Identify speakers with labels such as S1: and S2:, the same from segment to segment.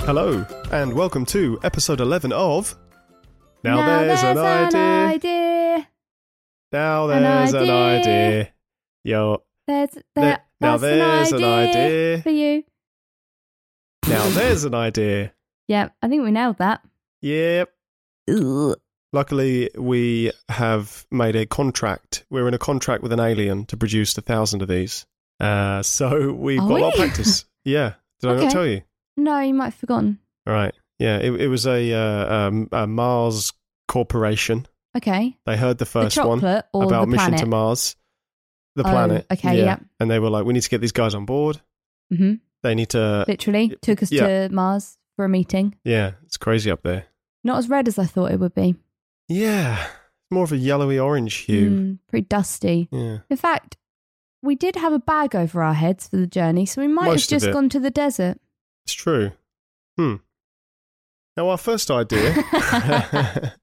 S1: Hello, and welcome to episode 11 of. Now, there's, an, idea.
S2: idea.
S1: Now
S2: An
S1: there's an idea.
S2: idea.
S1: Yo.
S2: There's,
S1: there-
S2: there,
S1: now
S2: that's
S1: there's
S2: an
S1: an
S2: idea,
S1: idea.
S2: for you.
S1: Now there's an idea.
S2: Yeah, I think we nailed that.
S1: Yep. Luckily, we have made a contract. We're in a contract with an alien to produce a thousand of these. Uh, so we've
S2: Are
S1: got a lot of
S2: we?
S1: practice. yeah. Did I
S2: Okay.
S1: not tell you?
S2: No, you might have forgotten.
S1: All right. Yeah. It, it was a, uh, um, a Mars corporation.
S2: Okay,
S1: They heard the first
S2: the
S1: one.
S2: chocolate or
S1: about
S2: the
S1: mission
S2: planet.
S1: to Mars, the
S2: Oh,
S1: planet.
S2: okay, yeah.
S1: And they were like, we need to get these guys on board.
S2: hmm
S1: They need to.
S2: Literally took us to Mars for a meeting.
S1: yeah, it's crazy up there.
S2: Not as red as I thought it would be.
S1: Yeah, more of a yellowy orange hue.
S2: Mm, pretty dusty.
S1: Yeah,
S2: In fact, we did have a bag over our heads for the journey, so we might
S1: Most of
S2: have
S1: it.
S2: just gone to the desert.
S1: it's true. Hmm. Now our first idea.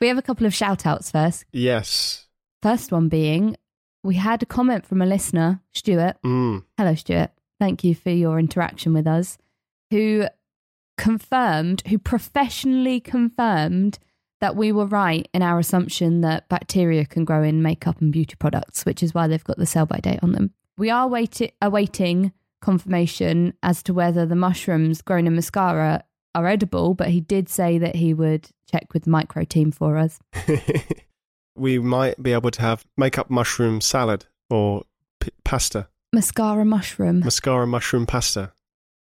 S2: We have a couple of shout outs first.
S1: yes.
S2: First one being, we had a comment from a listener, Stuart.
S1: Mm.
S2: Hello, Stuart. Thank you for your interaction with us, who confirmed, who professionally confirmed that we were right in our assumption that bacteria can grow in makeup and beauty products, which is why they've got the sell by date on them. We are waiti- awaiting confirmation as to whether the mushrooms grown in mascara are edible, but he did say that he would check with the micro team for us.
S1: we might be able to have makeup mushroom salad or p- pasta,
S2: Mascara mushroom.
S1: mascara mushroom pasta.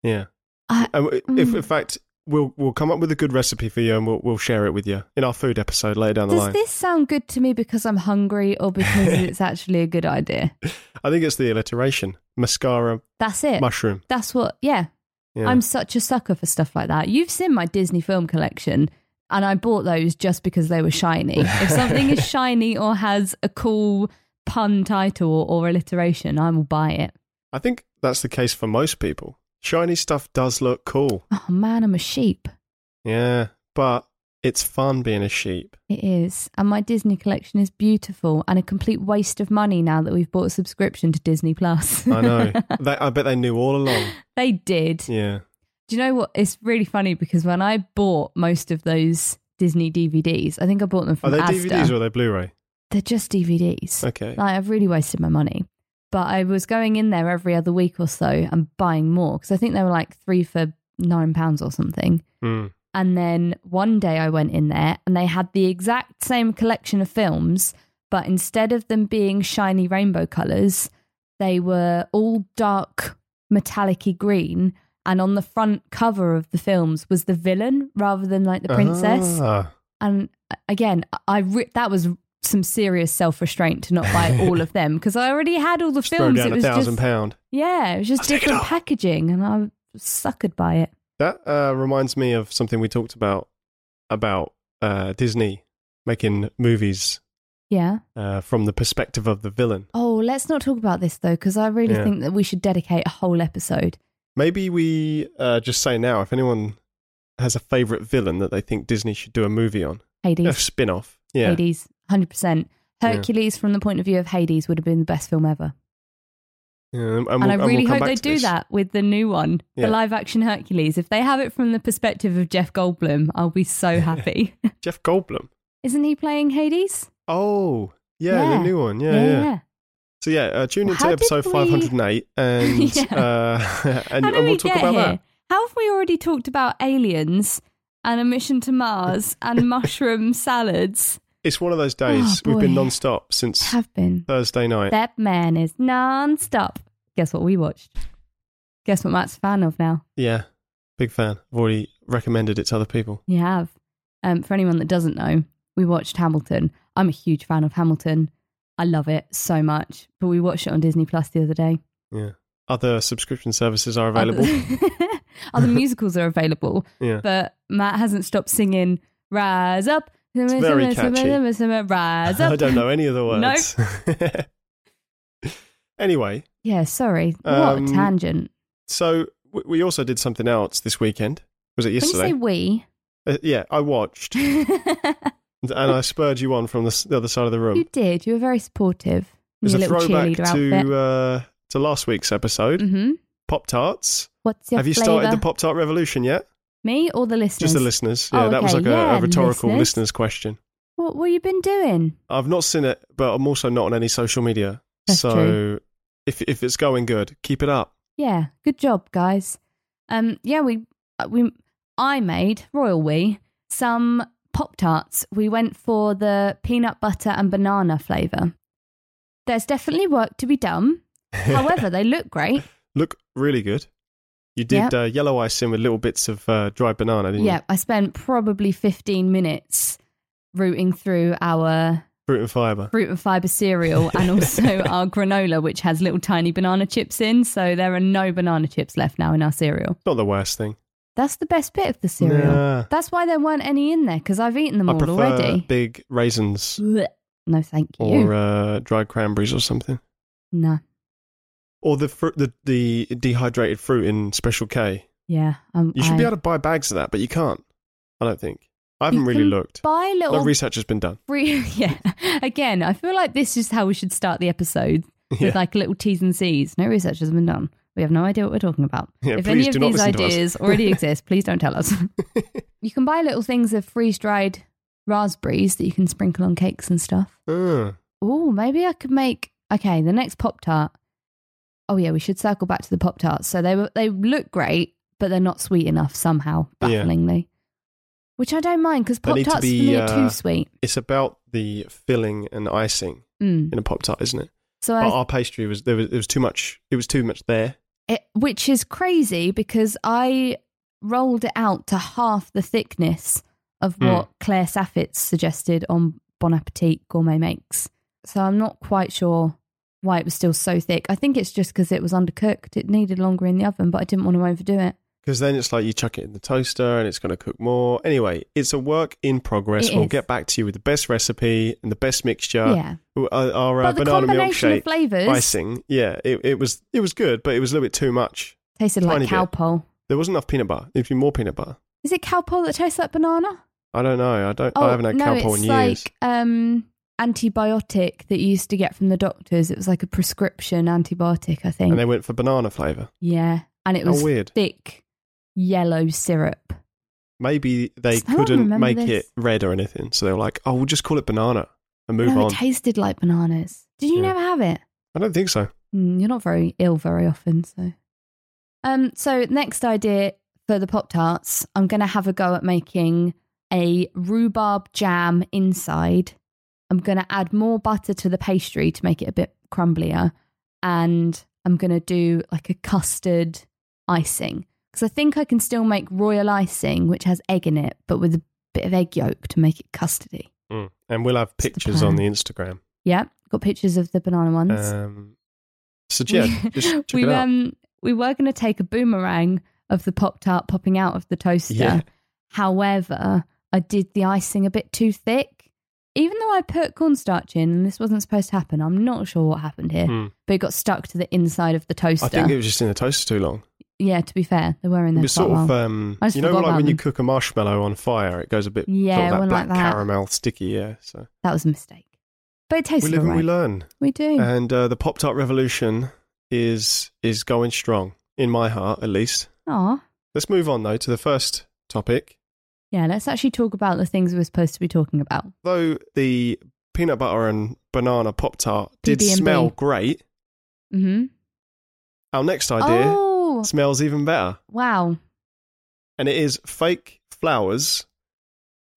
S1: Yeah.
S2: I-
S1: And w- if, in
S2: Mm.
S1: fact, we'll we'll come up with a good recipe for you, and we'll we'll share it with you in our food episode later down the
S2: Does
S1: line.
S2: this sound good to me because I'm hungry or because it's actually a good idea?
S1: I think it's the alliteration, mascara
S2: That's it.
S1: mushroom.
S2: That's what, yeah.
S1: Yeah.
S2: I'm such a sucker for stuff like that. You've seen my Disney film collection, and I bought those just because they were shiny. if something is shiny or has a cool pun title or, or alliteration, I will buy it.
S1: I think that's the case for most people. Shiny stuff does look cool,
S2: Oh man, I'm a sheep.
S1: yeah, but it's fun being a sheep.
S2: It is. And my Disney collection is beautiful and a complete waste of money now that we've bought a subscription to Disney Plus.
S1: I know. they, I bet they knew all along.
S2: they did.
S1: Yeah,
S2: Do you know what? It's really funny because when I bought most of those Disney DVDs, I think I bought them
S1: are
S2: from
S1: they
S2: Asda.
S1: DVDs or are they Blu-ray?
S2: They're just DVDs.
S1: Okay,
S2: Like I've really wasted my money. But I was going in there every other week or so and buying more because I think they were like three for nine pounds or something.
S1: Mm.
S2: And then one day I went in there and they had the exact same collection of films, but instead of them being shiny rainbow colors, they were all dark metallic y green. And on the front cover of the films was the villain rather than like the princess.
S1: Ah,
S2: And uh, again, I re- that was some serious self restraint to not buy all of them because I already had all the
S1: throw
S2: films.
S1: down
S2: it
S1: a
S2: was
S1: thousand
S2: just
S1: pound.
S2: yeah, it was just
S1: I'll take it
S2: different
S1: all.
S2: packaging, and I was suckered by it.
S1: That uh, reminds me of something we talked about about uh, Disney making movies
S2: Yeah.
S1: uh, from the perspective of the villain.
S2: Oh, let's not talk about this though, because I really
S1: Yeah.
S2: think that we should dedicate a whole episode.
S1: Maybe we uh, just say now if anyone has a favorite villain that they think Disney should do a movie on, a
S2: Hades,
S1: spin off. Yeah.
S2: Hades, hundred percent.
S1: Yeah.
S2: Hercules, from the point of view of Hades, would have been the best film ever.
S1: Yeah, and,
S2: And,
S1: we'll-
S2: I
S1: we'll
S2: really
S1: come
S2: hope
S1: back
S2: they
S1: to
S2: do
S1: this.
S2: that with the new one,
S1: Yeah.
S2: the live action Hercules. If they have it from the perspective of Jeff Goldblum, I'll be so happy.
S1: Jeff Goldblum.
S2: Isn't he playing Hades?
S1: Oh, yeah, the
S2: Yeah.
S1: new one. Yeah, yeah. So yeah, uh, tune into
S2: How did
S1: episode
S2: we-
S1: five hundred and eight, and
S2: Yeah.
S1: uh, and,
S2: How
S1: and
S2: did
S1: we'll
S2: we
S1: talk
S2: get
S1: about
S2: here?
S1: that.
S2: How have we already talked about aliens and a mission to Mars and mushroom salads?
S1: It's one of those days we've been
S2: Oh, boy.
S1: non-stop since
S2: Have been.
S1: Thursday night.
S2: That man is non-stop. Guess what we watched? Guess what Matt's a fan of now?
S1: Yeah, big fan. I've already recommended it to other people.
S2: You have. Um, for anyone that doesn't know, we watched Hamilton. I'm a huge fan of Hamilton. I love it so much. But we watched it on Disney Plus the other day.
S1: Yeah, other subscription services are available.
S2: Other, other musicals are available,
S1: Yeah,
S2: but Matt hasn't stopped singing "Rise Up."
S1: very catchy.
S2: Rise up.
S1: I don't know any of the
S2: No.
S1: words. anyway,
S2: Yeah, sorry. What
S1: Um,
S2: a tangent.
S1: so we- we also did something else this weekend. Was it
S2: When you
S1: yesterday?
S2: say we,
S1: Uh, yeah, I watched
S2: you
S1: and I spurred you on from the, s- the other side of the room.
S2: did. You were very supportive. in
S1: It was
S2: your
S1: a
S2: little
S1: throwback uh,
S2: cheerleader outfit.
S1: to uh, to last week's episode
S2: hmm
S1: Pop Tarts.
S2: What's your
S1: Have you
S2: flavor?
S1: started the Pop Tart revolution yet?
S2: Me or the listeners?
S1: Just the listeners. Yeah,
S2: Oh,
S1: that was
S2: okay.
S1: like a- a,
S2: Yeah,
S1: rhetorical
S2: listeners.
S1: listeners question.
S2: What what you been doing?
S1: I've not seen it, but I'm also not on any social media.
S2: That's
S1: so
S2: true.
S1: if if it's going good, keep it up.
S2: Yeah, good job, guys. Um, yeah, we uh, we I made royal we some pop tarts. We went for the peanut butter and banana flavor. There's definitely work to be done. However, they look great.
S1: Look really good. You did
S2: Yep.
S1: uh, yellow ice in with little bits of uh, dried banana, didn't
S2: Yeah,
S1: you?
S2: I spent probably 15 minutes rooting through our
S1: Fruit and fibre.
S2: fruit and fiber cereal and also our granola, which has little tiny banana chips in. So there are no banana chips left now in our cereal.
S1: Not the worst thing.
S2: That's the best bit of the cereal.
S1: Nah.
S2: That's why there weren't any in there because I've eaten them
S1: I
S2: all
S1: prefer
S2: already.
S1: big raisins
S2: Blech. No, thank you.
S1: or uh, dried cranberries or something.
S2: no.
S1: Or the, fru- the the dehydrated fruit in Special K.
S2: Yeah. Um,
S1: You should
S2: I
S1: be able to buy bags of that, but you can't. I don't think. I haven't
S2: You
S1: really
S2: can
S1: looked.
S2: buy
S1: No
S2: little.
S1: research has been done.
S2: free- yeah. Again, I feel like this is how we should start the episode
S1: Yeah.
S2: with like little T's and C's. No research has been done. We have no idea what we're talking about.
S1: Yeah,
S2: if
S1: please
S2: any of
S1: do not
S2: these
S1: listen to us.
S2: ideas already exist, please don't tell us. you can buy little things of freeze dried raspberries that you can sprinkle on cakes and stuff.
S1: Uh,
S2: Oh, maybe I could make okay, the next Pop Tart. Oh yeah, we should circle back to the Pop Tarts. So they were they look great, but they're not sweet enough somehow,
S1: Yeah.
S2: bafflingly. Which I don't mind because
S1: They
S2: Pop
S1: need to
S2: Tarts for
S1: be,
S2: me are
S1: uh,
S2: too sweet.
S1: it's about the filling and icing
S2: Mm.
S1: in a pop tart, isn't it?
S2: So
S1: But
S2: I,
S1: our pastry was there was it was too much. It was too much there.
S2: it, which is crazy because I rolled it out to half the thickness of
S1: Mm.
S2: what Claire Saffitz suggested on Bon Appetit Gourmet Makes. So I'm not quite sure why it was still so thick. I think it's just because it was undercooked. It needed longer in the oven, but I didn't want to overdo it.
S1: Because then it's like you chuck it in the toaster and it's going to cook more. Anyway, it's a work in progress.
S2: It
S1: we'll
S2: is.
S1: get back to you with the best recipe and the best mixture.
S2: yeah.
S1: Our, our uh,
S2: But the
S1: banana
S2: combination
S1: milkshake
S2: of flavours
S1: icing. Yeah, it, it was it was good, but it was a little bit too much.
S2: tasted
S1: tiny bit.
S2: like cowpole.
S1: There wasn't enough peanut butter. There'd be more peanut butter.
S2: Is it cowpole that tastes like banana?
S1: I don't know. I don't.
S2: Oh,
S1: I haven't had
S2: no,
S1: cowpole
S2: it's
S1: in years.
S2: like um, antibiotic that you used to get from the doctors. It was like a prescription antibiotic, I think.
S1: And they went for banana flavour.
S2: yeah, and it
S1: How
S2: was
S1: weird.
S2: thick yellow syrup.
S1: Maybe they
S2: Someone
S1: couldn't
S2: remember
S1: make it
S2: this.
S1: red or anything, so they were like, "Oh, we'll just call it banana and move
S2: no,
S1: on."
S2: it tasted like bananas. Did you
S1: Yeah.
S2: never have it?
S1: I don't think so.
S2: Mm, you're not very ill very often, so. Um. So next idea for the pop tarts, I'm gonna have a go at making a rhubarb jam inside. I'm gonna add more butter to the pastry to make it a bit crumblier, and I'm gonna do like a custard icing because I think I can still make royal icing, which has egg in it, but with a bit of egg yolk to make it custardy.
S1: Mm. And we'll have
S2: the
S1: pictures on the
S2: plan.
S1: Instagram.
S2: Yeah, got pictures of the banana ones.
S1: Um, so yeah,
S2: we,
S1: just check
S2: we,
S1: it out.
S2: um we were going to take a boomerang of the pop tart popping out of the toaster.
S1: Yeah.
S2: However, I did the icing a bit too thick. Even though I put cornstarch in, and this wasn't supposed to happen, I'm not sure what happened here,
S1: Hmm.
S2: but it got stuck to the inside of the
S1: I
S2: toaster.
S1: think it was just in the toaster too long.
S2: yeah, to be fair, they were in
S1: It
S2: there for
S1: was sort
S2: a
S1: of,
S2: while.
S1: um,
S2: I just
S1: you know,
S2: forgot
S1: like
S2: about
S1: when you
S2: them.
S1: cook a marshmallow on fire, it goes a bit
S2: Yeah,
S1: sort of that
S2: one
S1: black
S2: like that.
S1: caramel sticky. Yeah, so
S2: that was a mistake. But it
S1: uh, we
S2: tasted
S1: live
S2: all
S1: and we
S2: right.
S1: learn.
S2: We do.
S1: And uh, the Pop Tart revolution is is going strong in my heart, at least.
S2: Aw.
S1: Let's move on though to the first topic.
S2: Yeah, let's actually talk about the things we're supposed to be talking about.
S1: Though the peanut butter and banana Pop Tart did
S2: PB&B.
S1: smell great,
S2: Mm-hmm.
S1: our next idea
S2: Oh,
S1: smells even better,
S2: wow.
S1: and it is fake flowers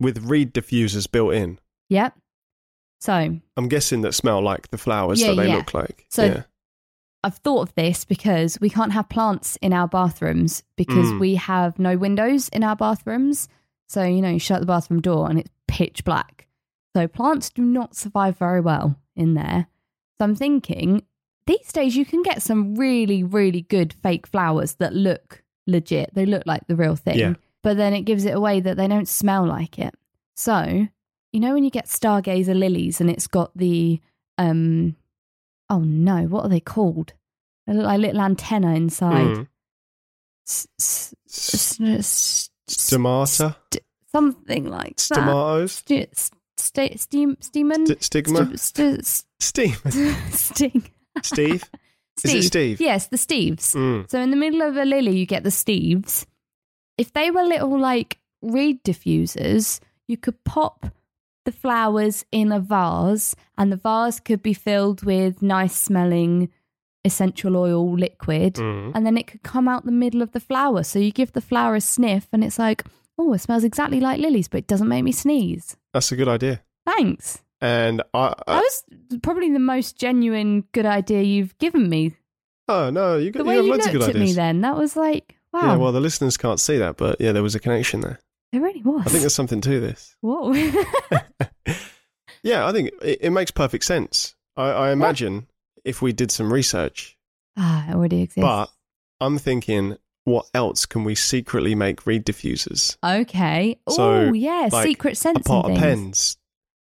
S1: with reed diffusers built in.
S2: Yep. So
S1: I'm guessing that smell like the flowers
S2: Yeah,
S1: that they
S2: yeah.
S1: look like.
S2: So-
S1: yeah.
S2: I've thought of this because we can't have plants in our bathrooms because
S1: Mm.
S2: we have no windows in our bathrooms. So, you know, you shut the bathroom door and it's pitch black. So, plants do not survive very well in there. So, I'm thinking these days you can get some really, really good fake flowers that look legit. They look like the real thing.
S1: Yeah.
S2: But then it gives it away that they don't smell like it. So, you know, when you get stargazer lilies and it's got the, um, oh no, what are they called? They look like little antenna inside.
S1: Mm.
S2: S- s- s- s- s- uh,
S1: Stomata,
S2: Something like that.
S1: stomatoes,
S2: Stu- s- sta- Steam, steamin,
S1: st- stigma,
S2: Stu- stu-
S1: steam,
S2: st- sting,
S1: Steve. Is it
S2: Steve.
S1: Steve?
S2: Yes, the Steves.
S1: Mm.
S2: So in the middle of a lily, you get the Steves. If they were little like reed diffusers, you could pop the flowers in a vase, and the vase could be filled with nice smelling essential oil liquid,
S1: Mm.
S2: and then it could come out the middle of the flower. So you give the flower a sniff, and it's like, oh, it smells exactly like lilies, but it doesn't make me sneeze.
S1: That's a good idea.
S2: Thanks.
S1: And I,
S2: that
S1: I
S2: was probably the most genuine good idea you've given me.
S1: oh no, you,
S2: The
S1: got, you
S2: way
S1: have
S2: you
S1: loads
S2: looked
S1: of good
S2: at me
S1: ideas.
S2: then, that was like, wow,
S1: Yeah, well, the listeners can't see that, but yeah, there was a connection there.
S2: there really was.
S1: I think there's something to this.
S2: Whoa.
S1: Yeah, I think it, it makes perfect sense. I, I imagine if we did some research,
S2: ah, it already exists.
S1: but I'm thinking, what else can we secretly make reed diffusers?
S2: okay.
S1: So,
S2: oh, yeah,
S1: like,
S2: secret
S1: A
S2: sense and
S1: pot of
S2: things.
S1: pens.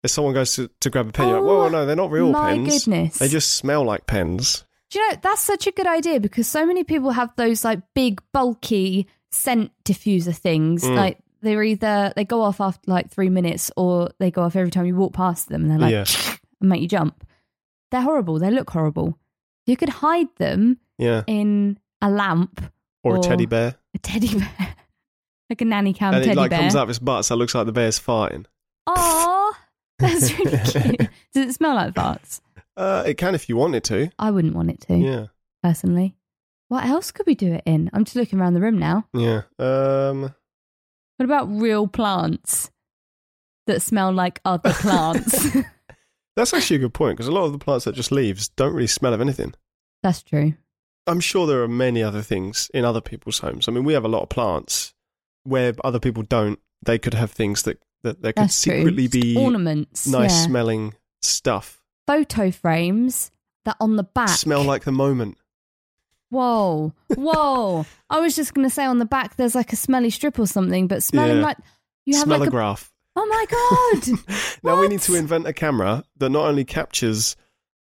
S1: If someone goes to, to grab a pen, you're like,
S2: Oh,
S1: whoa, no, they're not real
S2: My
S1: pens.
S2: goodness.
S1: They just smell like pens.
S2: Do you know, that's such a good idea because so many people have those like big, bulky scent diffuser things.
S1: Mm.
S2: Like they're either, they go off after like three minutes or they go off every time you walk past them and they're like,
S1: Yeah.
S2: and make you jump. They're horrible. They look horrible. You could hide them
S1: Yeah.
S2: in a lamp,
S1: Or, a
S2: Or
S1: teddy bear.
S2: a teddy bear, like a nanny cam
S1: and
S2: teddy
S1: it like
S2: bear.
S1: comes out of its butt, so it looks like the bear's farting.
S2: Aw, that's really cute. Does it smell like farts?
S1: Uh, it can if you want it to.
S2: I wouldn't want it to,
S1: Yeah.
S2: personally. What else could we do it in? I'm just looking around the room now.
S1: Yeah. Um,
S2: What about real plants that smell like other plants?
S1: that's actually a good point because a lot of the plants that just leaves don't really smell of anything.
S2: that's true.
S1: I'm sure there are many other things in other people's homes. I mean, we have a lot of plants where other people don't. They could have things that that there could
S2: That's true.
S1: secretly be
S2: Ornaments,
S1: nice
S2: yeah.
S1: smelling stuff.
S2: photo frames that on the back
S1: Smell like the moment.
S2: Whoa, whoa! I was just gonna say on the back there's like a smelly strip or something, but smelling
S1: Yeah.
S2: like you have like a
S1: Smellograph.
S2: oh my god!
S1: now we need
S2: What?
S1: to invent a camera that not only captures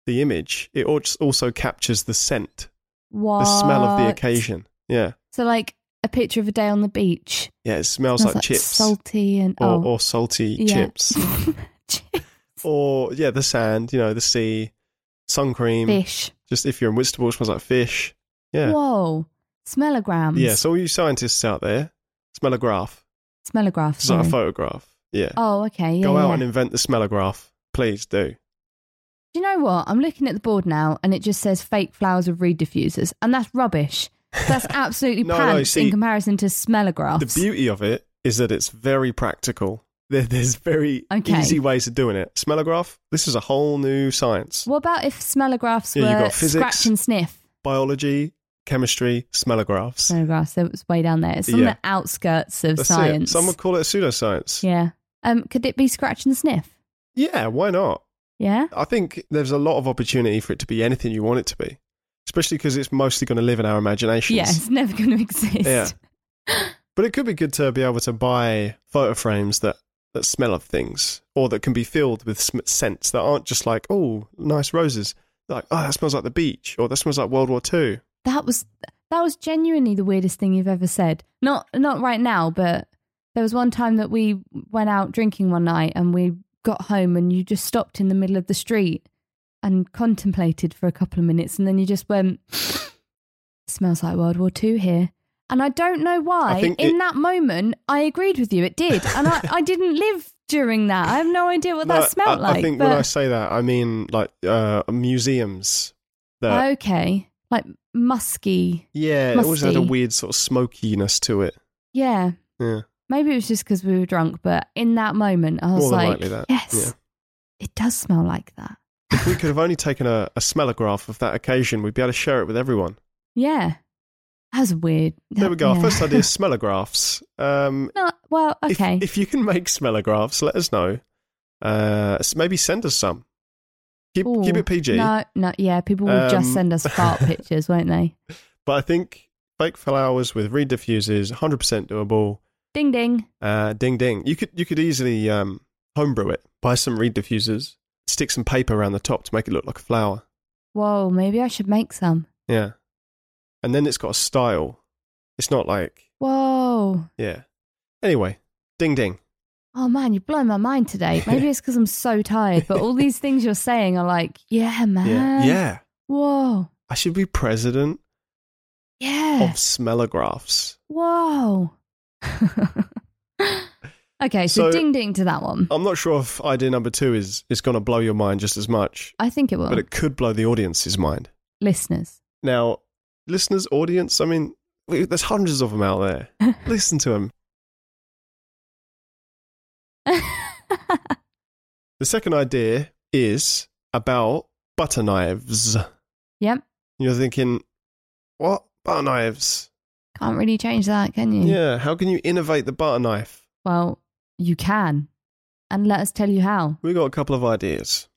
S1: the image, it al- also captures the scent,
S2: what
S1: the smell of the occasion. Yeah.
S2: So like a picture of a day on the beach.
S1: Yeah, it smells, like, Oh, chips
S2: salty and
S1: or,
S2: oh
S1: or salty
S2: yeah.
S1: chips. Or, yeah, the sand, you know, the sea, sun cream.
S2: fish.
S1: Just if you're in Whitstable, it smells like fish. Yeah.
S2: Whoa, smellograms.
S1: Yeah, so all you scientists out there, smellograph.
S2: smellographs.
S1: It's like a
S2: sorry.
S1: photograph. Yeah.
S2: Hmm. Oh, okay. Yeah,
S1: Go out
S2: yeah.
S1: and invent the smellograph. Please do.
S2: Do you know what? I'm looking at the board now, and it just says fake flowers with reed diffusers, and that's rubbish. That's absolutely
S1: No, no,
S2: pants
S1: see,
S2: in comparison to
S1: The
S2: smellographs.
S1: beauty of it is that it's very practical. There, there's very
S2: Okay.
S1: easy ways of doing it. Smellograph, this is a whole new science.
S2: What about if smellographs
S1: Yeah, you
S2: were
S1: got physics.
S2: scratch and sniff?
S1: Biology, chemistry, smellographs.
S2: Smellographs, that was way down there. It's on
S1: Yeah.
S2: the outskirts of
S1: That's
S2: science.
S1: it. Some would call it a pseudoscience.
S2: Yeah. Um, could it be scratch and sniff?
S1: yeah, why not?
S2: Yeah.
S1: I think there's a lot of opportunity for it to be anything you want it to be, especially because it's mostly going to live in our imaginations.
S2: Yeah, it's never going to exist.
S1: Yeah. But it could be good to be able to buy photo frames that, that smell of things or that can be filled with sm- scents that aren't just like, oh, nice roses. Like, oh, that smells like the beach or that smells like World War II.
S2: That was that was genuinely the weirdest thing you've ever said. Not not right now, but there was one time that we went out drinking one night and we got home and you just stopped in the middle of the street and contemplated for a couple of minutes and then you just went smells like World War II here. And I don't know why
S1: I think
S2: in
S1: it-
S2: that moment I agreed with you. It did. And I, I didn't live during that. I have no idea what
S1: No,
S2: that smelled
S1: I,
S2: like.
S1: I think
S2: but
S1: when I say that, I mean like uh, museums that
S2: okay. Like musky.
S1: yeah, it always had a
S2: musty.
S1: weird sort of smokiness to it.
S2: Yeah.
S1: Yeah,
S2: Maybe it was just because we were drunk, but in that moment, I was
S1: More than
S2: like,
S1: likely that,
S2: yes,
S1: yeah.
S2: it does smell like that.
S1: if we could have only taken a, a smellograph of that occasion, we'd be able to share it with everyone.
S2: Yeah. That was weird.
S1: There we go. Our
S2: Yeah.
S1: first idea: is smellographs. Um,
S2: No, well,
S1: if-
S2: okay.
S1: if, you can make smellographs, let us know. Uh, s- maybe send us some. Keep
S2: Ooh.
S1: keep it PG.
S2: No, no, yeah, people will just
S1: Um,
S2: send us fart pictures, won't they?
S1: But I think fake flowers with reed diffusers, hundred percent doable.
S2: Ding ding.
S1: Uh, ding ding. You could you could easily um, homebrew it. Buy some reed diffusers, stick some paper around the top to make it look like a flower.
S2: Whoa, maybe I should make some.
S1: Yeah, and then it's got a style. It's not like
S2: Whoa.
S1: yeah. Anyway, ding ding.
S2: Oh man, you're blowing my mind today. Maybe it's Uh-huh. because I'm so tired, but all these things you're saying are like, yeah, man.
S1: Yeah, yeah.
S2: Whoa.
S1: I should be president
S2: Yeah.
S1: of smellographs.
S2: Whoa. okay, so,
S1: So- Oh.
S2: ding ding to that one.
S1: I'm not sure if idea number two is is going to blow your mind just as much,
S2: I think it will.
S1: but it could blow the audience's mind.
S2: Listeners.
S1: Now, listeners, audience, I mean, we- there's hundreds of them out there. Listen to them. The second idea is about butter knives.
S2: Yep.
S1: You're thinking, what butter knives?
S2: Can't really change that, can you?
S1: Yeah, how can you innovate the butter knife?
S2: Well, you can. And let us tell you how.
S1: We got a couple of ideas.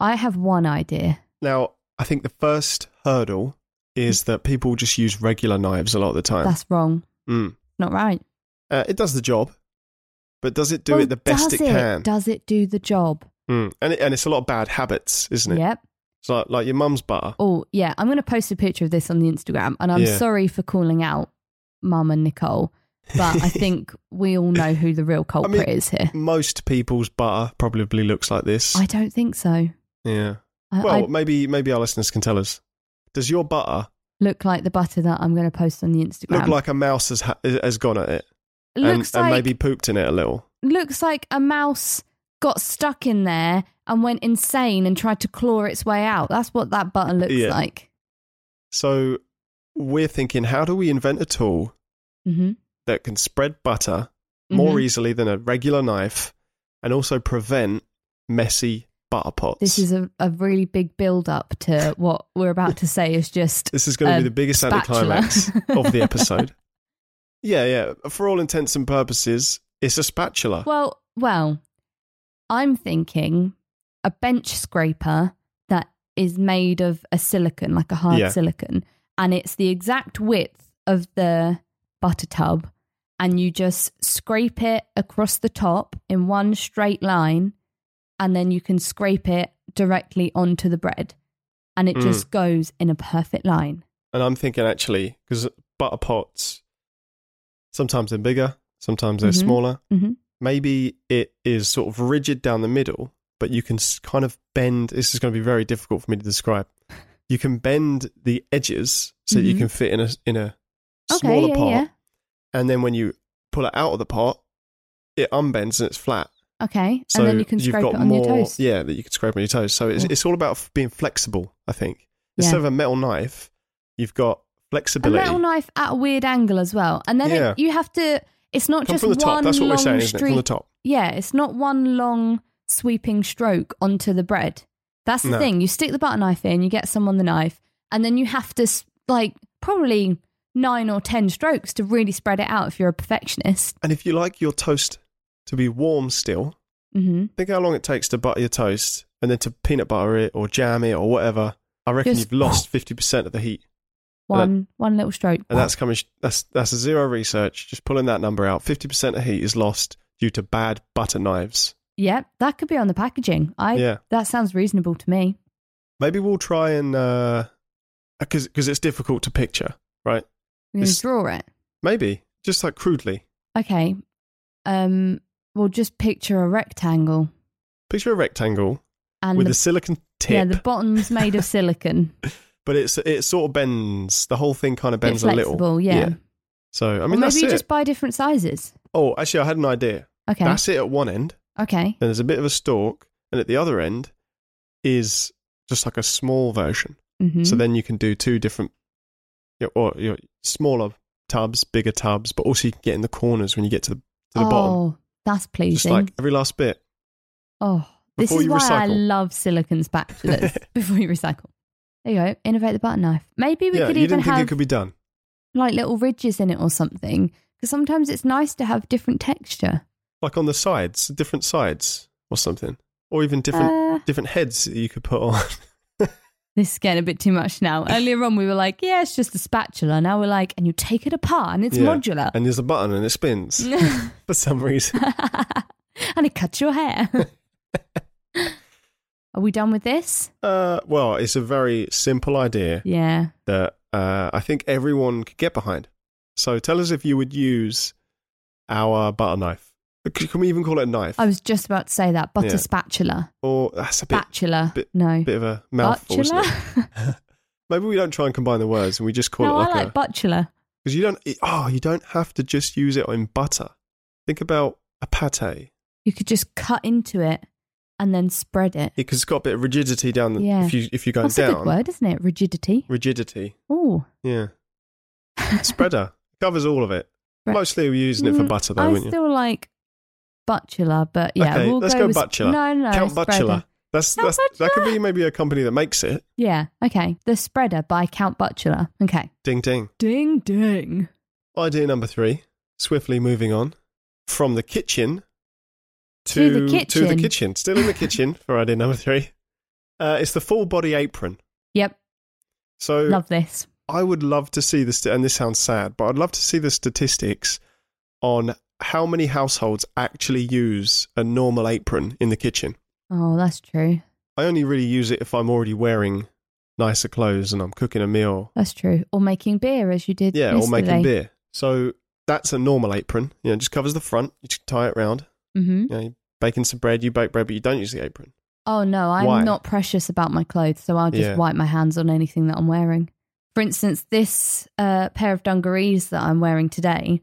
S2: I have one idea.
S1: Now, I think the first hurdle is that people just use regular knives a lot of the time.
S2: That's wrong.
S1: Mm.
S2: Not right.
S1: Uh, it does the job, but does it do
S2: Well,
S1: it the best
S2: does
S1: it, can?
S2: Does it do the job?
S1: Mm. And, it, and it's a lot of bad habits, isn't it?
S2: Yep.
S1: It's like, like your mum's butter.
S2: Oh, yeah. I'm going to post a picture of this on the Instagram. And I'm
S1: Yeah.
S2: sorry for calling out Mum and Nicole, but I think we all know who the real culprit
S1: mean-
S2: is here.
S1: Most people's butter probably looks like this.
S2: I don't think so.
S1: yeah.
S2: I,
S1: Well,
S2: I
S1: maybe maybe our listeners can tell us. Does your butter
S2: look like the butter that I'm going to post on the Instagram.
S1: look like a mouse has ha- has gone at it
S2: looks
S1: and,
S2: like
S1: and maybe pooped in it a little?
S2: looks like a mouse got stuck in there and went insane and tried to claw its way out. That's what that butter looks
S1: Yeah.
S2: like.
S1: So we're thinking, how do we invent a tool
S2: Mm-hmm.
S1: that can spread butter more e easily than a regular knife, and also prevent messy butter pots?
S2: This is a, a really big build up to what we're about to say is just
S1: This is going to
S2: Um,
S1: be the biggest
S2: spatula.
S1: anticlimax of the episode. yeah, yeah. For all intents and purposes, it's a spatula.
S2: well, well. I'm thinking a bench scraper that is made of a silicon, like a hard
S1: Yeah.
S2: silicon, and it's the exact width of the butter tub, and you just scrape it across the top in one straight line, and then you can scrape it directly onto the bread, and it
S1: Mm.
S2: just goes in a perfect line.
S1: And I'm thinking actually, because butter pots, sometimes they're bigger, sometimes they're
S2: Mhm.
S1: smaller.
S2: Mhm.
S1: Maybe it is sort of rigid down the middle, but you can s- kind of bend. This is going to be very difficult for me to describe. You can bend the edges so that you
S2: Mhm.
S1: can fit in a in a
S2: Okay,
S1: smaller
S2: yeah,
S1: pot,
S2: yeah.
S1: and then when you pull it out of the pot, it unbends and it's flat.
S2: Okay,
S1: So
S2: and then you can
S1: have
S2: scrape
S1: got
S2: it on
S1: more,
S2: your toast.
S1: yeah, that you can scrape on your toast. So it's
S2: Yeah.
S1: it's all about f- being flexible. I think
S2: Yeah.
S1: instead of a metal knife, you've got
S2: a
S1: flexibility.
S2: metal knife at a weird angle as well. And then it-
S1: Yeah.
S2: you have to. It's not
S1: Come
S2: just
S1: from the
S2: one
S1: top. That's what
S2: long
S1: we're saying, isn't it? From the
S2: streak.
S1: top.
S2: Yeah, it's not one long sweeping stroke onto the bread. That's the
S1: No.
S2: thing. You stick the butter knife in, you get someone the knife, and then you have to s- like probably nine or ten strokes to really spread it out if you're a perfectionist.
S1: And if you like your toast to be warm still,
S2: hmm
S1: think how long it takes to butter your toast and then to peanut butter it or jam it or whatever. I reckon
S2: Just-
S1: you've lost fifty percent of the heat,
S2: One one little stroke.
S1: and that's coming. That's that's zero research. Just pulling that number out. Fifty percent of heat is lost due to bad butter knives.
S2: Yep, that could be on the packaging. I
S1: Yeah.
S2: that sounds reasonable to me.
S1: Maybe we'll try and because because it's difficult to picture, right?
S2: We're gonna
S1: It's-
S2: draw it.
S1: Maybe just like crudely.
S2: Okay. Um we'll just picture a rectangle
S1: Picture a rectangle
S2: and
S1: with
S2: the,
S1: a silicon tip,
S2: yeah, the bottom's made of silicon.
S1: but it's it sort of bends. The whole thing kind of bends
S2: Bit
S1: a
S2: flexible,
S1: little.
S2: yeah.
S1: So I
S2: Or
S1: mean,
S2: maybe
S1: that's
S2: you
S1: it.
S2: just buy different sizes.
S1: Oh, actually, I had an idea.
S2: Okay.
S1: That's it at one end.
S2: okay.
S1: Then there's a bit of a stalk, and at the other end is just like a small version.
S2: hmm
S1: So then you can do two different, you know, or you know, smaller tubs, bigger tubs, but also you can get in the corners when you get to the to the
S2: oh,
S1: bottom.
S2: that's
S1: Just
S2: pleasing.
S1: like every last bit.
S2: oh, this
S1: before
S2: is
S1: you
S2: why I
S1: recycle.
S2: love silicon spatulas before you recycle. There you go. Innovate the butter knife. Maybe we
S1: yeah,
S2: could
S1: you
S2: even
S1: didn't think
S2: have
S1: it could be done.
S2: like little ridges in it or something. Because sometimes it's nice to have different texture.
S1: Like on the sides, different sides or something, or even different
S2: Uh,
S1: different heads that you could put on.
S2: this is getting a bit too much now. Earlier on, we were like, yeah, it's just a spatula. Now we're like, and you take it apart and it's
S1: Yeah.
S2: modular.
S1: and there's a button and it
S2: Mm.
S1: spins for some reason.
S2: and it cuts your hair. Are we done with this?
S1: Uh, well, it's a very simple idea.
S2: Yeah.
S1: that uh, I think everyone could get behind. So tell us if you would use our butter knife. Uh, C- Can we even call it a knife?
S2: I was just about to say that. Butter
S1: Yeah.
S2: spatula.
S1: or that's a bit,
S2: Spatula.
S1: bit-
S2: no.
S1: bit of a mouthful. Isn't it?
S2: Spatula?
S1: Maybe we don't try and combine the words and we just call
S2: no,
S1: it like,
S2: I like
S1: a
S2: butula.
S1: because you don't. Oh, you don't have to just use it in butter. Think about a pate
S2: You could just cut into it and then spread it.
S1: because it's got a bit of rigidity down. The,
S2: Yeah.
S1: If you if you go
S2: That's
S1: down,
S2: a good word, isn't it? Rigidity.
S1: rigidity.
S2: Oh,
S1: Yeah, spreader covers all of it.
S2: Right.
S1: Mostly we're using it for
S2: Mm,
S1: butter though,
S2: I
S1: wouldn't you?
S2: still like butula, but yeah,
S1: okay,
S2: we'll
S1: let's
S2: go,
S1: go,
S2: with
S1: butchula.
S2: No, no,
S1: Count
S2: spreader.
S1: Butchula. That's,
S2: Count
S1: that's that could
S2: Butchula.
S1: be maybe a company that makes it.
S2: Yeah, okay. The spreader by Count Butchula. Okay.
S1: Ding ding.
S2: Ding ding.
S1: Idea number three. Swiftly moving on from the kitchen
S2: To the
S1: to the
S2: kitchen.
S1: kitchen. Still in the kitchen for idea number three. Uh, it's the full body apron.
S2: Yep,
S1: So
S2: love this.
S1: I would love to see this, and this sounds sad, but I'd love to see the statistics on how many households actually use a normal apron in the kitchen.
S2: Oh, that's true.
S1: I only really use it if I'm already wearing nicer clothes and I'm cooking a meal
S2: That's true. Or making beer as you did.
S1: Yeah,
S2: yesterday.
S1: or making beer. So that's a normal apron. You know, just covers the front. You just tie it round.
S2: hmm
S1: You know, you're baking some bread. You bake bread, but you don't use the apron.
S2: Oh no, I'm
S1: Why?
S2: not precious about my clothes, so I'll just
S1: Yeah.
S2: wipe my hands on anything that I'm wearing. For instance, this uh, pair of dungarees that I'm wearing today,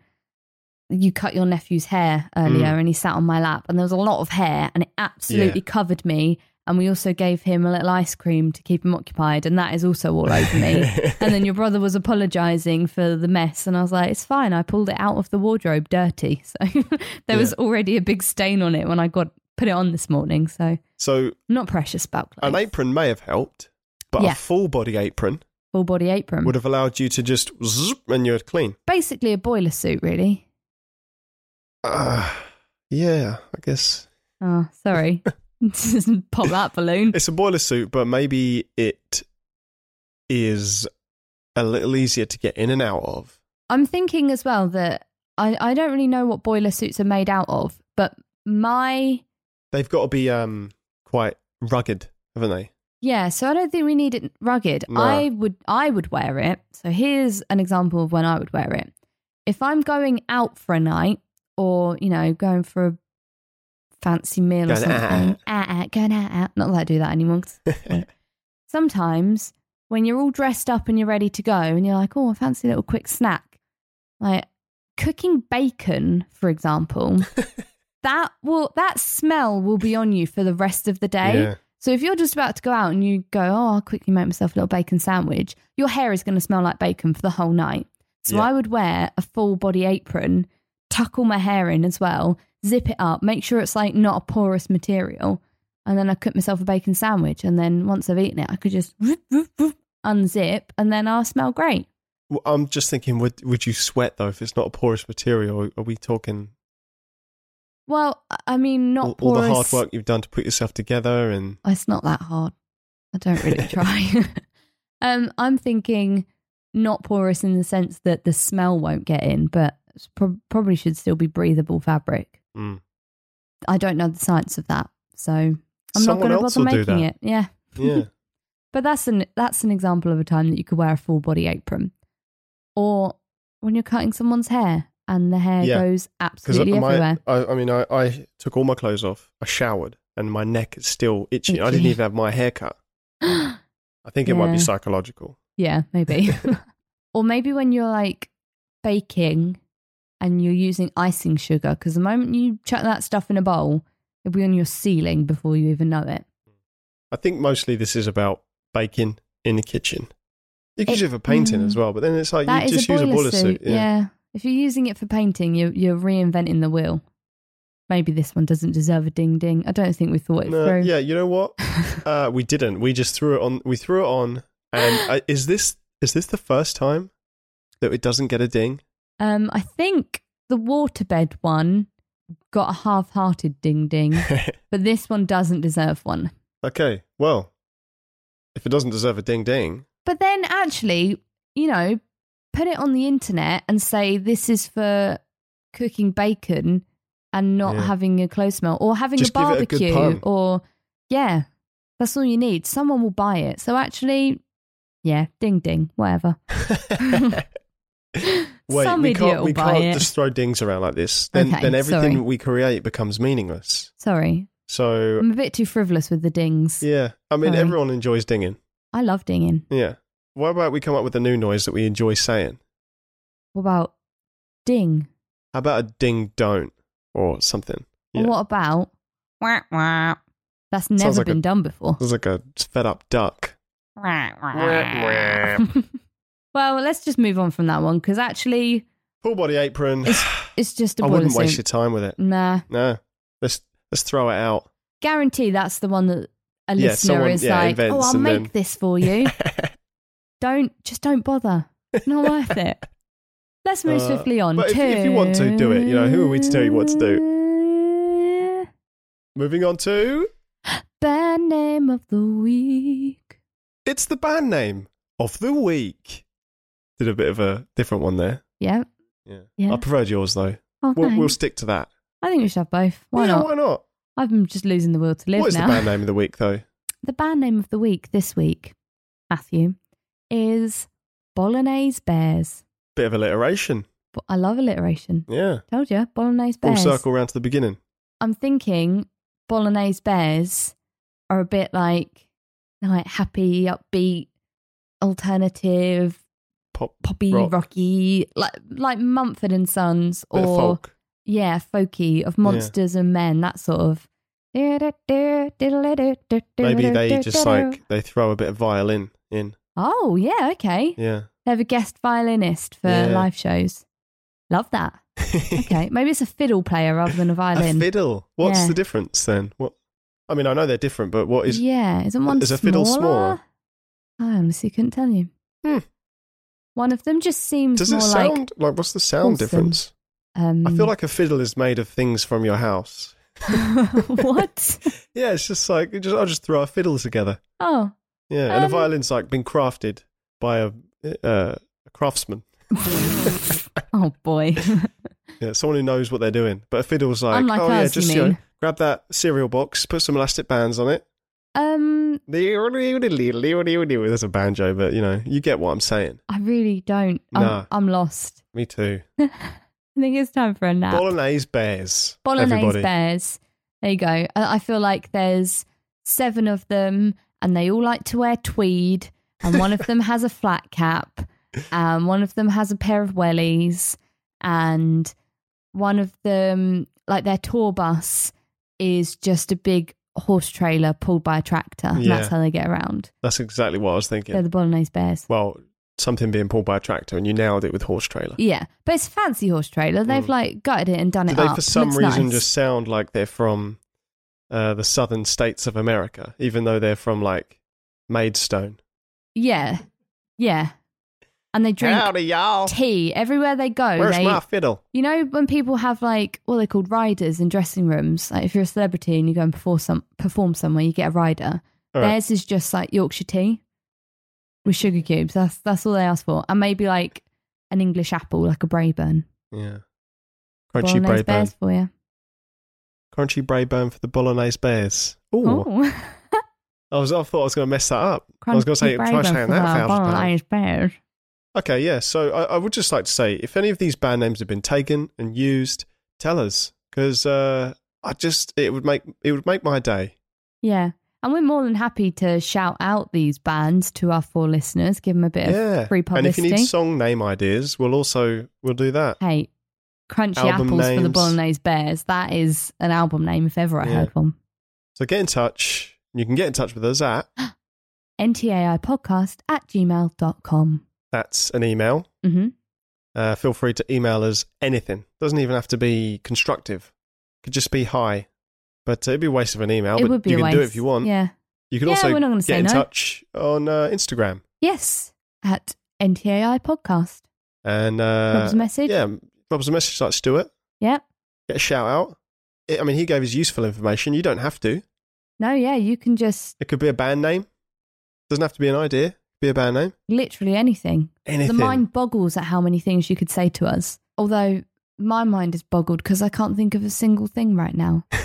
S2: you cut your nephew's hair earlier
S1: Mm.
S2: and he sat on my lap and there was a lot of hair and it absolutely covered me. And we also gave him a little ice cream to keep him occupied and that is also all over me. and then your brother was apologizing for the mess and I was like, it's fine. I pulled it out of the wardrobe dirty. So there was already a big stain on it when I got put it on this morning. So
S1: So
S2: not precious about clothes.
S1: an apron may have helped, but
S2: Yeah.
S1: a full body apron
S2: Full body apron.
S1: would have allowed you to just zip and you're clean.
S2: Basically a boiler suit, really.
S1: Ah, yeah, I guess
S2: Oh, sorry. Just Pop that balloon.
S1: it's a boiler suit, but maybe it is a little easier to get in and out of.
S2: I'm thinking as well that I, I don't really know what boiler suits are made out of, but my
S1: They've got to be um quite rugged, haven't they?
S2: yeah, so I don't think we need it rugged.
S1: No.
S2: I would I would wear it. So here's an example of when I would wear it. If I'm going out for a night or, you know, going for a fancy meal or
S1: Going out.
S2: something. Out, out, going out, out. Not that I do that anymore 'cause sometimes when you're all dressed up and you're ready to go and you're like, oh, I fancy a little quick snack, like cooking bacon, for example, that will that smell will be on you for the rest of the day.
S1: Yeah.
S2: So if you're just about to go out and you go, oh, I'll quickly make myself a little bacon sandwich, your hair is going to smell like bacon for the whole night. So
S1: Yeah.
S2: I would wear a full body apron, tuck all my hair in as well, zip it up, make sure it's like not a porous material. And then I cook myself a bacon sandwich. And then once I've eaten it, I could just whoop, whoop, whoop, unzip and then I'll smell great.
S1: Well, I'm just thinking, would would you sweat though if it's not a porous material? Are we talking
S2: Well, I- I mean, not
S1: all, all
S2: porous.
S1: the hard work you've done to put yourself together and
S2: Oh, It's not that hard. I don't really try. um, I'm thinking not porous in the sense that the smell won't get in, but it's prob probably should still be breathable fabric.
S1: Mm.
S2: I don't know the science of that, so I'm
S1: Someone
S2: not going
S1: else
S2: to bother
S1: will do
S2: making
S1: that.
S2: it. Yeah,
S1: yeah,
S2: but that's an that's an example of a time that you could wear a full body apron, or when you're cutting someone's hair and the hair
S1: Yeah.
S2: goes
S1: because
S2: absolutely
S1: my
S2: everywhere.
S1: I, I mean I, I took all my clothes off, I showered, and my neck is still itching. I didn't
S2: Itchy.
S1: even have my hair cut. I think it might be
S2: Yeah.
S1: psychological.
S2: Yeah, maybe. or maybe when you're like baking and you're using icing sugar, because the moment you chuck that stuff in a bowl, it'll be on your ceiling before you even know it.
S1: I think mostly this is about baking in the kitchen. You could
S2: It-
S1: use it for painting
S2: mm.
S1: as well, but then it's like
S2: That
S1: you
S2: is
S1: just use a boiler suit.
S2: Yeah. If you're using it for painting, you're, you're reinventing the wheel. Maybe this one doesn't deserve a ding ding. I don't think we thought it
S1: No,
S2: through.
S1: yeah, you know what? Uh, we didn't. We just threw it on. We threw it on. And uh, is this is this the first time that it doesn't get a ding?
S2: Um, I think the waterbed one got a half hearted ding ding, but this one doesn't deserve one.
S1: okay. Well, if it doesn't deserve a ding ding,
S2: But then actually, you know, put it on the internet and say this is for cooking bacon and not
S1: Yeah.
S2: having a clothes smell or having
S1: Just
S2: a
S1: give it a good
S2: barbecue
S1: pun.
S2: or yeah. That's all you need. Someone will buy it. So actually, yeah, ding ding, whatever.
S1: wait,
S2: Some
S1: we
S2: idiot
S1: can't
S2: will
S1: we
S2: buy
S1: can't
S2: it.
S1: just throw dings around like this. Then
S2: Okay,
S1: then everything
S2: sorry.
S1: we create becomes meaningless.
S2: Sorry.
S1: So
S2: I'm a bit too frivolous with the dings.
S1: yeah, I mean
S2: Sorry.
S1: everyone enjoys dinging.
S2: I love dinging.
S1: Yeah, Why about we come up with a new noise that we enjoy saying?
S2: What about ding?
S1: How about a ding don't or something?
S2: Or
S1: Yeah.
S2: What about wah, wah? That's never
S1: like
S2: been
S1: a-
S2: done before.
S1: Sounds like a fed up duck.
S2: Wah,
S1: Wah,
S2: wah. well, let's just move on from that one because actually,
S1: Full body apron.
S2: it's just a
S1: I
S2: boiler
S1: wouldn't waste your
S2: suit.
S1: time with it.
S2: Nah,
S1: No. Let's let's throw it out.
S2: guarantee that's the one that a
S1: Yeah,
S2: listener
S1: someone-
S2: is
S1: yeah,
S2: like,
S1: invents
S2: "Oh, I'll
S1: and
S2: make
S1: then-
S2: this for you." don't just don't bother. Not worth it. Let's move
S1: Uh,
S2: swiftly on.
S1: but if- if you want to do it, you know, who are we to tell you what to
S2: do?
S1: Moving on to
S2: Bad name of the week.
S1: it's the band name of the week. Did a bit of a different one there.
S2: Yeah.
S1: Yeah.
S2: Yeah.
S1: I preferred yours though.
S2: Oh,
S1: We'll, we'll
S2: thanks.
S1: stick to that.
S2: I think we should have both. Why
S1: Yeah,
S2: not?
S1: Why not?
S2: I'm just losing the will to live
S1: What is
S2: now.
S1: the band name of the week though?
S2: The band name of the week this week, Matthew, is Bolognese Bears.
S1: Bit of alliteration.
S2: But I love alliteration.
S1: Yeah.
S2: Told you, Bolognese
S1: Full
S2: Bears.
S1: circle round to the beginning.
S2: I'm thinking Bolognese Bears are a bit like like happy, upbeat, alternative,
S1: Pop
S2: poppy,
S1: Rock.
S2: rocky, like like Mumford and Sons
S1: bit of
S2: or
S1: folk.
S2: yeah, folky of monsters and men, that sort of.
S1: Maybe
S2: Maybe
S1: they just like they throw a bit of violin in.
S2: Oh yeah, okay.
S1: Yeah.
S2: They have a guest violinist for
S1: Yeah.
S2: live shows. Love that. Okay, maybe it's a fiddle player rather than a
S1: a
S2: violin.
S1: fiddle. What's
S2: Yeah.
S1: the difference then? What I mean, I know they're different, but what is
S2: yeah, isn't one
S1: is a fiddle
S2: smaller? I honestly couldn't tell you.
S1: Hmm.
S2: One of them just seems
S1: does
S2: more
S1: it sound like, what's the sound
S2: awesome.
S1: difference?
S2: like. Um,
S1: I feel like a fiddle is made of things from your house.
S2: what?
S1: Yeah, it's just like it just, I'll just throw a fiddle together.
S2: Oh,
S1: Yeah, and a
S2: Um,
S1: violin's like been crafted by a uh, a craftsman.
S2: oh boy.
S1: Yeah, someone who knows what they're doing. But a fiddle's like,
S2: Unlike
S1: oh yeah,
S2: us, you
S1: just you know,
S2: mean.
S1: grab that cereal box, put some elastic bands on it.
S2: um,
S1: There's a banjo, but you know, you get what I'm saying.
S2: I really don't. I'm,
S1: Nah.
S2: I'm lost.
S1: Me too.
S2: I think it's time for a nap.
S1: Bolognese bears.
S2: Ah. Bolognese
S1: everybody.
S2: bears. There you go. I, I feel like there's seven of them, and they all like to wear tweed. And one of them has a flat cap, and one of them has a pair of wellies, and one of them, like their tour bus, is just a big horse trailer pulled by a tractor. And
S1: Yeah.
S2: that's how they get around.
S1: That's exactly what I was thinking.
S2: They're the Bolognese bears.
S1: Well, something being pulled by a tractor, and you nailed it with horse trailer.
S2: Yeah, but it's a fancy horse trailer. They've
S1: Mm.
S2: like gutted it and done
S1: Do
S2: it
S1: they,
S2: up.
S1: for some
S2: Looks
S1: reason,
S2: nice.
S1: just sound like they're from uh, the southern states of America, even though they're from like Maidstone?
S2: yeah, yeah, and they drink
S1: Howdy, y'all.
S2: tea everywhere they go.
S1: Oh. Where's
S2: they,
S1: my fiddle?
S2: you know, when people have like what they're called riders in dressing rooms. Like if you're a celebrity and you go and perform some perform somewhere, you get a rider.
S1: All right.
S2: Theirs is just like Yorkshire tea with sugar cubes. That's that's all they ask for, and maybe like an English apple, like a Brayburn.
S1: Yeah. Crunchy
S2: Bolognese
S1: Brayburn.
S2: bears for you.
S1: Crunchy Brayburn for the Bolognese Bears. Ooh.
S2: Oh,
S1: I was. I thought I was going to mess that up. I was going to say, try saying that a thousand times.
S2: Bolognese bears.
S1: Okay, yeah. So I, I would just like to say if any of these band names have been taken and used, tell us because uh, I just it would make it would make my day.
S2: Yeah. And we're more than happy to shout out these bands to our four listeners, give them a bit
S1: Yeah,
S2: of free
S1: and if
S2: publicity.
S1: you need song name ideas, we'll also we'll do that.
S2: Hey, Crunchy
S1: Album
S2: Apples for the
S1: names.
S2: Bolognese Bears. That is an album name if ever I
S1: Yeah.
S2: heard one.
S1: So get in touch. You can get in touch with us at
S2: NTAI podcast at gmail.com.
S1: that's an email.
S2: Mm-hmm.
S1: Uh, feel free to email us anything. Doesn't even have to be constructive. Could just be hi. But it'd be a waste of an email.
S2: it
S1: but
S2: would be
S1: you
S2: a
S1: can
S2: waste.
S1: do it if you want.
S2: Yeah.
S1: You can
S2: Yeah,
S1: also
S2: we're not gonna
S1: get
S2: say
S1: in
S2: no.
S1: touch on uh, Instagram
S2: Yes. At NTAI podcast.
S1: and uh,
S2: Rob's a message.
S1: Yeah, Rob's a message like Stuart.
S2: Yep.
S1: Get a shout out. I- I mean, he gave his useful information. You don't have to.
S2: No, yeah, you can just
S1: It could be a band name. Doesn't have to be an idea. Be a band name.
S2: literally anything.
S1: Anything.
S2: The mind boggles at how many things you could say to us. Although my mind is boggled because I can't think of a single thing right now.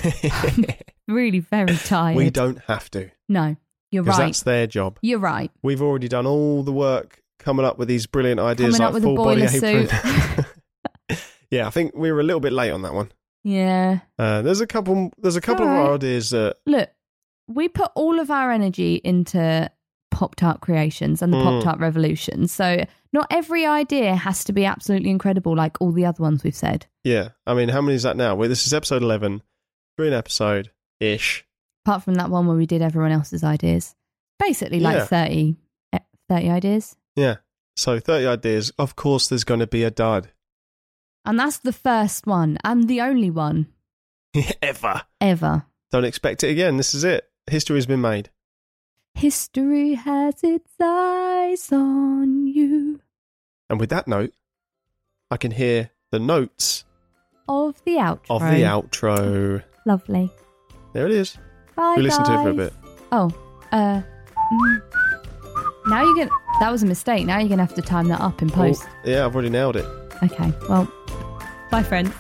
S2: Really very tired.
S1: we don't have to
S2: No, you're
S1: because
S2: right.
S1: that's their job.
S2: You're right.
S1: We've already done all the work coming up with these brilliant ideas
S2: Coming up
S1: like
S2: with a
S1: full body
S2: boiler
S1: apron.
S2: suit.
S1: yeah, I think we were a little bit late on that one.
S2: Yeah.
S1: Uh, there's a couple. There's a couple of
S2: All right.
S1: ideas that
S2: Look, we put all of our energy into Pop Tart creations and the
S1: Mm.
S2: Pop Tart revolution. So not every idea has to be absolutely incredible like all the other ones we've said.
S1: Yeah. I mean, how many is that now? Well, this is episode 11, green episode ish.
S2: Apart from that one where we did everyone else's ideas. Basically like
S1: Yeah.
S2: 30, eh, 30 ideas.
S1: Yeah. So 30 ideas. Of course, there's going to be a dud.
S2: And that's the first one and the only one
S1: Ever.
S2: ever.
S1: Don't expect it again. This is it. History has been made.
S2: History has its eyes on you
S1: And with that note, I can hear the notes
S2: of the outro.
S1: of the outro.
S2: Lovely.
S1: There it is.
S2: Bye.
S1: we listened to it for a
S2: guys.
S1: bit.
S2: Oh, uh, mm. now you're gonna. That was a mistake. Now you're gonna have to time that up in post.
S1: Oh, yeah, I've already nailed it.
S2: Okay. Well, bye, friends.